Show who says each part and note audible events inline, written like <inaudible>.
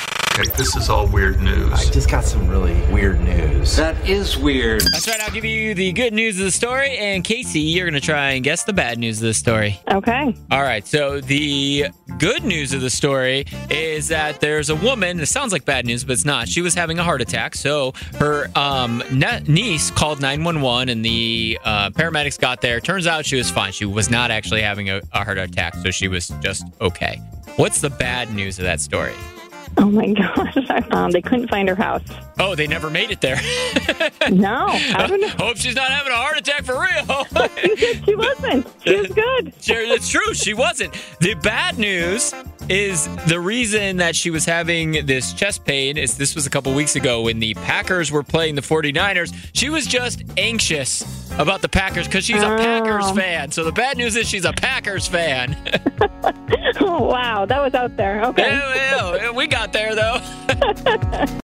Speaker 1: Okay, this is all weird
Speaker 2: I
Speaker 1: news.
Speaker 2: just got some really weird news.
Speaker 3: That is weird.
Speaker 4: That's right. I'll give you the good news of the story, and Casey, you're going to try and guess the bad news of the story.
Speaker 5: Okay.
Speaker 4: All right. So the good news of the story is that there's a woman. It sounds like bad news, but it's not. She was having a heart attack, so her um, ne- niece called 911, and the uh, paramedics got there. Turns out she was fine. She was not actually having a, a heart attack, so she was just okay. What's the bad news of that story?
Speaker 5: Oh my <laughs> gosh. Um, they couldn't find her house.
Speaker 4: Oh, they never made it there. <laughs>
Speaker 5: No, I don't know. <laughs>
Speaker 4: Hope she's not having a heart attack for real. <laughs>
Speaker 5: She wasn't. She was good. <laughs>
Speaker 4: Sure, It's true. She wasn't. The bad news is the reason that she was having this chest pain is this was a couple weeks ago when the Packers were playing the 49ers. She was just anxious about the Packers because she's a Packers
Speaker 5: Oh.
Speaker 4: fan. So the bad news is she's a Packers fan.
Speaker 5: Oh, wow. That was out there. Okay.
Speaker 4: Ew, ew, ew. we got there though.